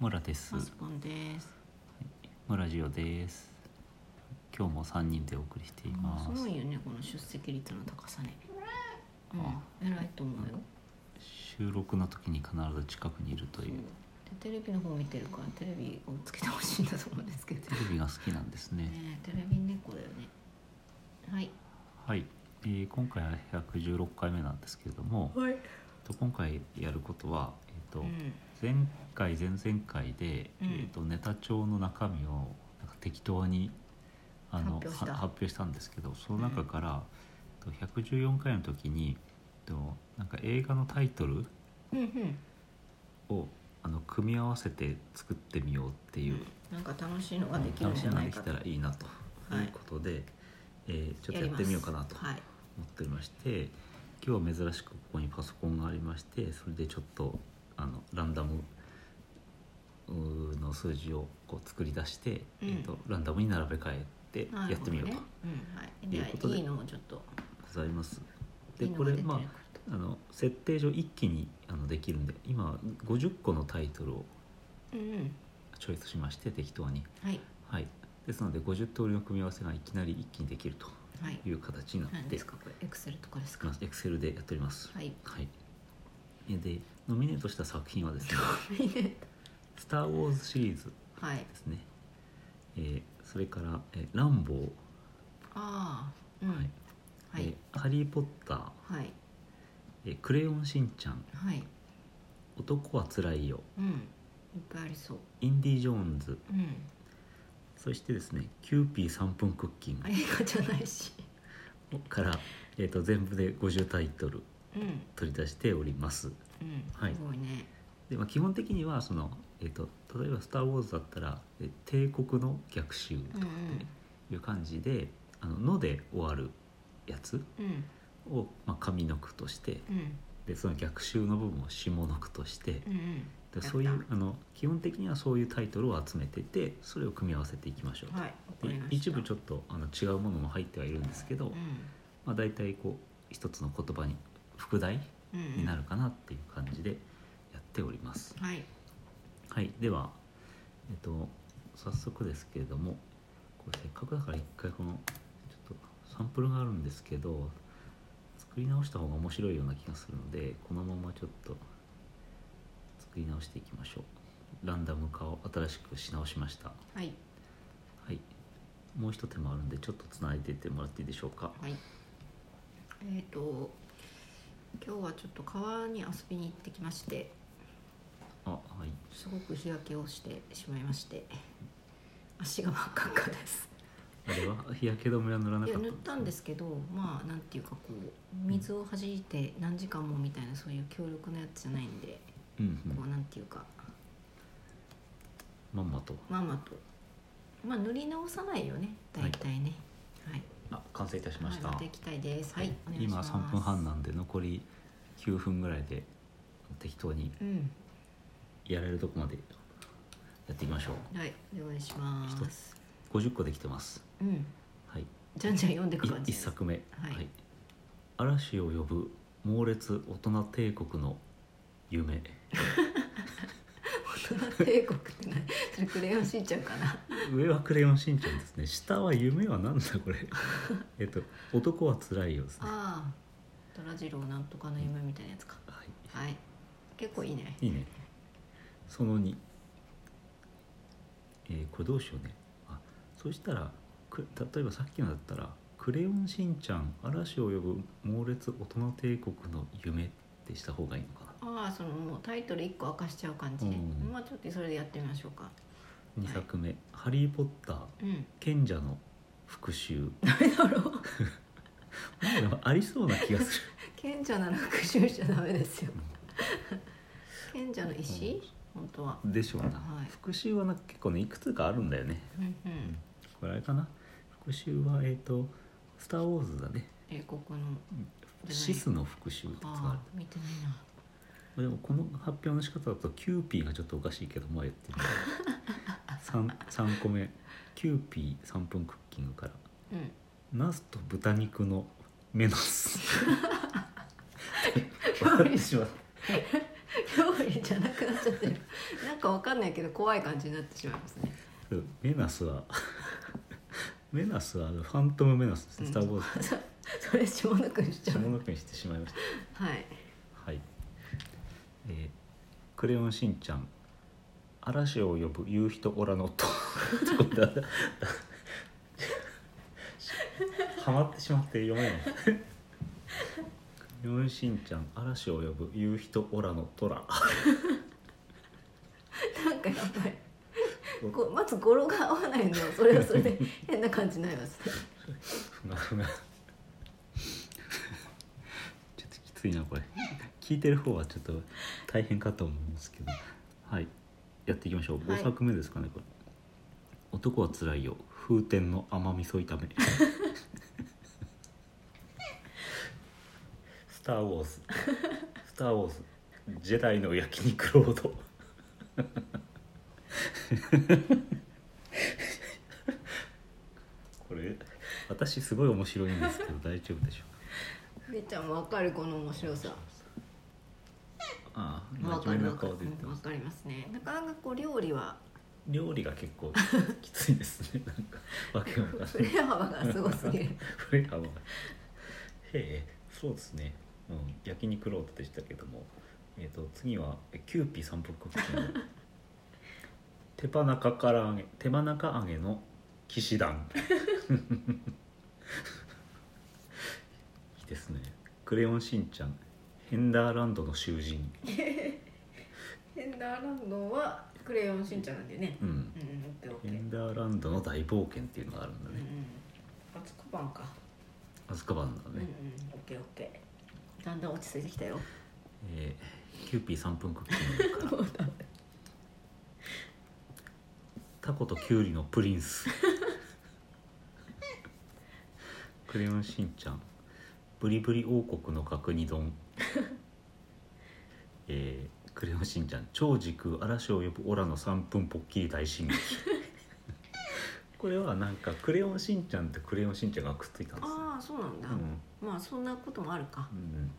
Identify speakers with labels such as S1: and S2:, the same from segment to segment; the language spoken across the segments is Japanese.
S1: 村です
S2: マスボンです。
S1: 村ジオです今日も3人でお送りしています
S2: すごいよねこの出席率の高さね。うん、偉いと思うよ。
S1: 収録の時に必ず近くにいると
S2: そう
S1: いう
S2: でテレビの方見てるからテレビをつけてほしいんだと思うんですけど。
S1: テレビが好きなんですね
S2: ねえテレビ猫だよね。はい。
S1: はい、えー今回は116回目なんですけれども、
S2: はい。
S1: と今回やることは、えーと
S2: うん。
S1: 前回前々回で、
S2: う
S1: え
S2: ん
S1: ー、とネタ帳の中身をなんか適当にあの
S2: 発表した
S1: は発表したんですけどその中から、えっと114回の時に、えっとなんか映画のタイトル
S2: うんうん。
S1: をあの組み合わせて作ってみようっていう、
S2: なんか楽しいのができるん
S1: 楽し
S2: じ
S1: み
S2: ゃ
S1: が
S2: な
S1: で
S2: い
S1: き
S2: か
S1: たらいいなと
S2: はい
S1: いうことで、えーちょっとや
S2: り
S1: っ
S2: ま
S1: て
S2: す
S1: みようかなと思
S2: は
S1: っ
S2: い。
S1: ておりまして、今日は珍しくここにパソコンがありましてそれでちょっとあのランダムうーの数字をこう作り出して、
S2: うん
S1: えー、とランダムに並べ替え
S2: な
S1: て
S2: る
S1: やって
S2: ほど
S1: みよう
S2: ね
S1: と
S2: うん
S1: いう
S2: はい。
S1: こと
S2: で
S1: で
S2: いいのをちょっと。
S1: ございます。で
S2: いいの
S1: こ
S2: が
S1: れ
S2: 出てる
S1: ま
S2: か
S1: ああの設定上一気にあのできるんで今50個のタイトルを
S2: とうんうん。
S1: チョイスしまして適当に
S2: はい
S1: はい、ですので50通りの組み合わせがいきなり一気にできると
S2: はい。
S1: いう形になっ
S2: 何
S1: て
S2: ですかこれエクセルとかですか。
S1: エクセルでやっております。
S2: はい。
S1: はい、えでノミネートした作品はですね
S2: ノミネート
S1: 「スター・ウォーズ」シリーズ
S2: はい。
S1: ですね、えーそれから「えーランボー
S2: ああ。うん。」は
S1: え
S2: い。
S1: ーハリー・ポッター」
S2: はい。
S1: えークレヨンしんちゃん」
S2: はい。
S1: 「男はつらいよ
S2: うん。いっぱいありそう。」
S1: 「インディ・ジョーンズ
S2: うん。」
S1: そしてですね「キューピー3分クッキング
S2: 映画じゃないし。」
S1: から、えー、と全部で50タイトル
S2: うん。
S1: 取り出しております。
S2: うん。
S1: はい
S2: すごいね。
S1: でまあ、基本的にはその、えー、と例えば「スター・ウォーズ」だったら「え帝国の逆襲」
S2: う
S1: と
S2: ん
S1: かっていう感じで「あのの」で終わるやつ
S2: うん。うん。
S1: を、まあ、上の句として
S2: うん。
S1: でその逆襲の部分を下の句として
S2: うんうん。
S1: でそうい
S2: やっ
S1: うあの基本的にはそういうタイトルを集めててそれを組み合わせていきましょうと、
S2: はい。わかり
S1: で
S2: ました。
S1: 一部ち
S2: ょっ
S1: ょっとあの違うものも入ってはいるんですけど、まあ、大体こう一つの言葉に副題
S2: うん。うん。
S1: になるかなっていう感じでやっております。
S2: はい。
S1: はい、では、えっと、早速ですけれどもこれせっかくだから一回このちょっとサンプルがあるんですけど作り直した方が面白いような気がするのでこのままちょっと作り直していきましょうランダム化を新しくし直しました
S2: はい。
S1: はいもう一手間あるんでちょっとつないでいってもらっていいでしょうか
S2: はい。えっ、と。今日はちょっと川に遊びに行ってきまして。
S1: あはい
S2: すごく日焼けをしてしまいまして。足が真っ赤っかです。
S1: あれは日焼け止めは塗らないかっ
S2: や
S1: た
S2: 塗ったんですけどまあなんていうかこう水を弾いて何時間もみたいなそういう強力なやつじゃないんで、
S1: うんう
S2: こ
S1: ん
S2: うなんていうか
S1: まんまと
S2: まあまあとまあ塗り直さないよね大体ねはい、
S1: あ完成いたしま
S2: はい
S1: した、
S2: また行きたいですはい、お願いし
S1: 今
S2: ます
S1: 3分半なんで残り9分ぐらいで適当に
S2: うん
S1: やれるとこまでやっていきましょ
S2: はいお願いしま
S1: 一
S2: す
S1: う50個できてます
S2: うん
S1: はい
S2: じゃんじゃん読んでいく感じ
S1: 1作 目、
S2: はい
S1: 嵐を呼ぶ猛烈大人帝国の夢
S2: 大人帝国って何それクレヨンしんちゃ んかな
S1: 上はクレヨンしんちゃんですね下は夢はなんだ これえっと男はつらいようですね
S2: ああ虎次郎なんとかの夢みたいなやつか
S1: は
S2: はい結構いいね
S1: いいいねその2えーこれどうしようねあそしたらく例えばさっきのだったら「クレヨンしんちゃん嵐を呼ぶ猛烈大人帝国の夢」ってした方がいいのか
S2: ああそのもうタイトル1個明かしちゃう感じね、
S1: うん
S2: まあちょっとそれでやってみましょうか
S1: な2作目「ハリー・ポッター
S2: うん
S1: 賢者の復讐」誰 だろうありそうな気がする
S2: 賢者なら復讐しちゃダメですよ賢者の石、本当は
S1: でしょうな、
S2: はい
S1: 復讐はなんか結構ねいくつかあるんだよね
S2: うんう
S1: うん
S2: ん
S1: これあれかな復讐はえっ、と「スター・ウォーズ」だね
S2: 英国のない
S1: シスの復讐ってやつがあ
S2: あ
S1: る
S2: あ見てないな
S1: でもこの発表の仕方だとキューピーがちょっとおかしいけどまあや ってみよう三三個目キューピー三分クッキングから
S2: うん
S1: ナスと豚肉の メノス
S2: 料理
S1: しま
S2: 料理れじゃなくなっちゃってるなんかわかんないけど怖い感じになってしまいますね
S1: メナスは メナスはあのファントムメナスですね、スター・ウォーズ
S2: そそれ下のくんしちゃ
S1: 下
S2: う
S1: の句にしてしまいました
S2: はい
S1: はい、えークレヨンしんちゃん嵐を呼ぶ夕日とオラの音 ちょっと待ってハマってしまって読めないクレヨンしんちゃん嵐を呼ぶ夕日とオラのトラ
S2: なんかやっぱりこうまず語呂が合わないのそれはそれで変な感じになりますね
S1: ふがふがちょっときついなこれ聞いてる方はちょっと大変かと思うんですけどはいやっていきましょう
S2: はい
S1: 5作目ですかね、これ「男はつらいよ風天の甘味噌炒 め」「スター・ウォーズ」「スター・ウォーズ」「ジェダイの焼肉ロ ード」これ私すごい面白いんですけど大丈夫でしょうか
S2: ふいちゃんもわかるこの面白さ
S1: ああ
S2: わ
S1: 真
S2: か
S1: 面
S2: る
S1: 目
S2: わ
S1: な
S2: かる
S1: 顔で言って
S2: わ
S1: ます
S2: かりますねなかなかこう料理は
S1: 料理が結構きついですねなんかわけわかんない
S2: 触れ幅がすごすぎる
S1: フレアはへえそうですね、うん、焼肉ロードでしたけどもえっ、と次はえキューピー三福クッキング手羽中から揚げ手羽中揚げの騎士団 いいですねクレヨンしんちゃんヘンダーランドの囚人
S2: ヘンダーランドはクレヨンしんちゃんなんでね
S1: う
S2: うんんうんオッケーオッケ
S1: ヘ
S2: ー
S1: ンダーランドの大冒険っていうのがあるんだ
S2: うんう
S1: ね
S2: んあつこパンか
S1: アズカバンだ
S2: うんうん
S1: ね、
S2: オッケーオッケーだんだん落ち着いてきたよ
S1: えーキューピー3分クッキングからタコとキュウリのプリンスクレヨンしんちゃんブリブリ王国の角煮丼えークレヨンしんちゃん超時空嵐を呼ぶオラの3分ポッキリ大進撃これはなんかクレヨンしんちゃんとクレヨンしんちゃんがくっついたんですね
S2: ああそうなんだ、
S1: うん
S2: まあそんなこともあるか
S1: うん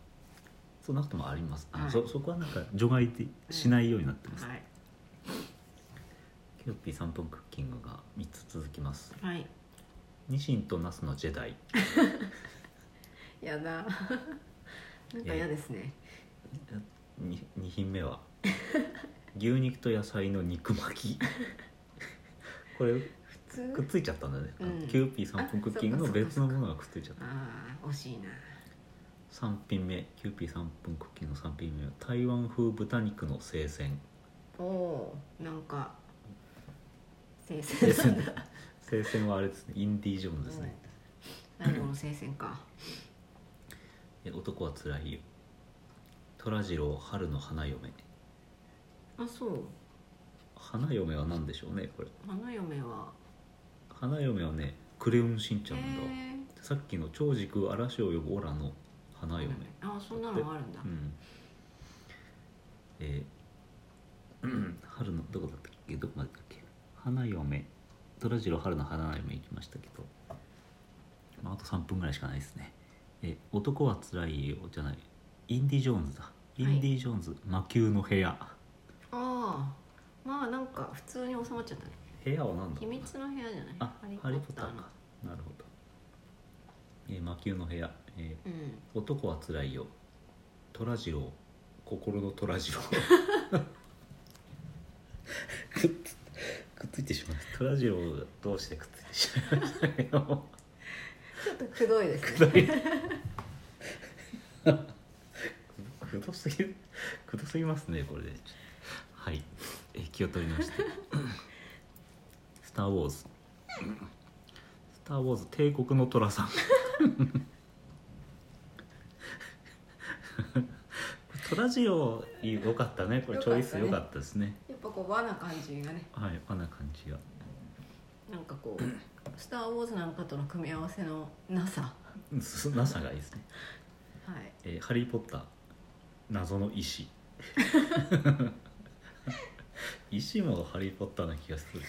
S1: そんなこともあります。あ
S2: はい
S1: そそこはなんか除外でしないようになってます。
S2: はい
S1: キューピー三分クッキングが三つ続きます。
S2: はい
S1: ニシンとナスのジェダイ。
S2: やだ なんか嫌ですね
S1: に二品 目は牛肉と野菜の肉巻き。これ
S2: 普
S1: くっ
S2: 通
S1: ついちゃったんだね。
S2: うん
S1: キューピー三分クッキング
S2: あ
S1: の
S2: そっか
S1: 別
S2: そ
S1: の
S2: っか
S1: ものがくっついちゃった。
S2: ああ惜しいな
S1: 三品目キューピー三分クッキングの三品目は台湾風豚肉の生鮮。
S2: おおーなん か聖
S1: 生
S2: 戦さん
S1: 鮮
S2: だ
S1: 生鮮はあれですね。インディージョーンズですね。
S2: 最後の聖戦か
S1: え男はつらいよ虎次郎春の花嫁
S2: あそう
S1: 花嫁は何でしょうねこれ
S2: 花嫁は
S1: 花嫁はねクレヨンしんち
S2: へ
S1: ゃんだ、
S2: え
S1: さっきの超時空嵐を呼ぶオラの花嫁
S2: あそんなのあるんだ
S1: うんえ ーうん春のどこだったっけどこまでだっけ花嫁虎次郎春の花嫁行きましたけど、まあ、あと3分ぐらいしかないですねえ「男はつらいよ」じゃないインディ・ジョーンズだインディ・ジョーンズ、魔宮の部屋
S2: ああまあなんか普通に収まっちゃったね
S1: 部屋は何だ
S2: 秘密の部屋じゃない
S1: あハリー・ポッター
S2: の
S1: かなるほど、えー魔宮の部屋、え
S2: うん
S1: ー男はつらいよ虎次郎心の虎 次郎くっつくっついてしまった虎次郎がどうしてくっついてしまいましたけど
S2: ちょっとくどいです
S1: く
S2: ね
S1: どいくどすぎるくどすぎますねこれでちょっとはいえー気を取り直して 「スター・ウォーズ」「スター・ウォーズ帝国の虎さん」虎次郎よかったねこれチョイスよかったですね
S2: やっぱこう和な感じがね
S1: はいあんな感じが
S2: なんかこう「スター・ウォーズ」なんかとの組み合わせのなさ
S1: うんすなさがいいですね
S2: はい
S1: えーハリー・ポッター謎の 石石もハリー・ポッターな気がする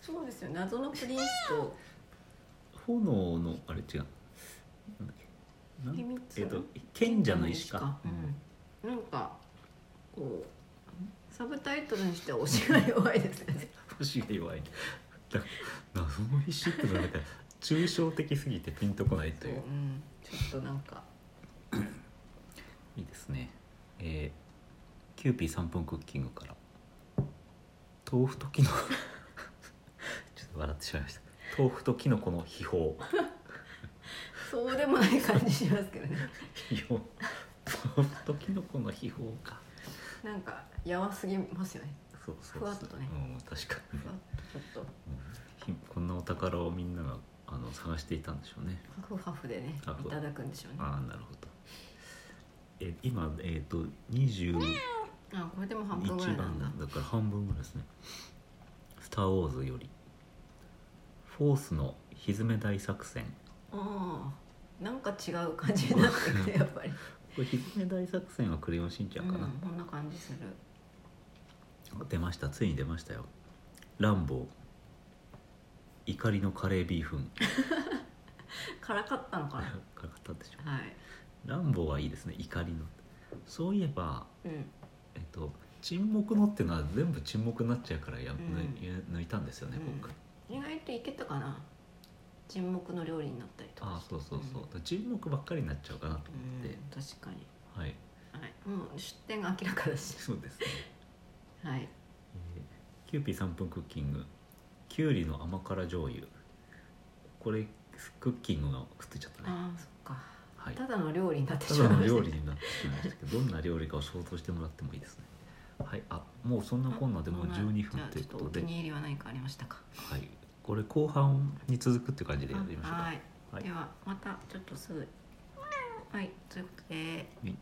S2: そうですよ謎のプリンスと
S1: 炎のあれ違うなんだっけ
S2: 秘
S1: なん
S2: 密
S1: えっと賢者の石か
S2: うん、なんかこうサブタイトルにしては押しが弱いですね
S1: 腰が弱いだから謎の必死ってのがなんか抽象的すぎてピンとこないと
S2: そう、、
S1: いううん
S2: ちょっとなんか
S1: いいですねえー、キューピー3分クッキングから豆腐ときの ちょっと笑ってしまいました豆腐ときのこの秘宝
S2: そうでもない感じしますけどね
S1: 秘宝豆腐ときのこの秘宝か
S2: なんかやわすぎますよね
S1: そうそうそう
S2: ふわっとね
S1: うん、確かに
S2: ふわっとちょっと
S1: うんひこんなお宝をみんながあの探していたんでしょうね
S2: ハフハフでね
S1: ハフ
S2: いただくんでしょうねあ
S1: ああなるほどえ今えっ、と20
S2: これでも半分ぐら
S1: 一
S2: いなん
S1: 番
S2: だ
S1: だから半分ぐらいですね「スター・ウォーズ」より「フォースの蹄大作戦
S2: ああなんか違う感じになって きてやっぱり」
S1: これ蹄大作戦は「クレヨンしんちゃん」かな
S2: うん、こんな感じする
S1: 出ましたついに出ましたよ「ランボー」「怒りのカレービーフン」
S2: 辛かったのかな
S1: からかったでしょ
S2: はい
S1: 「ランボー」はいいですね「怒りの」そういえば
S2: うん
S1: えっと沈黙のってのは全部沈黙になっちゃうからや、
S2: ん
S1: 抜い抜いたんですよね、
S2: うん
S1: 僕
S2: 意外といけたかな沈黙の料理になったりとか
S1: ああそうそうそう
S2: う、ん
S1: だから沈黙ばっかりになっちゃうかなと
S2: う
S1: 思って、
S2: ん確かに
S1: はい
S2: はいもう出店が明らかだし
S1: そうですね、
S2: はい
S1: えーキューピー3分クッキングきゅうりの甘辛醤油これクッキングがくっついちゃったね
S2: ああそっか
S1: はい
S2: ただの料理になって
S1: た
S2: しま
S1: だ
S2: いま
S1: の
S2: した
S1: 料理になってしまいましたけどどんな料理かを想像してもらってもいいですねはいあもうそんなこんなでもう
S2: あ
S1: 12
S2: じ
S1: 分
S2: ゃあ
S1: というこ
S2: ちょ
S1: と
S2: っお気
S1: で
S2: に入りは何かありましたか
S1: はいこれ後半に続くって感じでやりましょうか
S2: はい
S1: はい
S2: ではまたちょっとすぐはいということで
S1: はい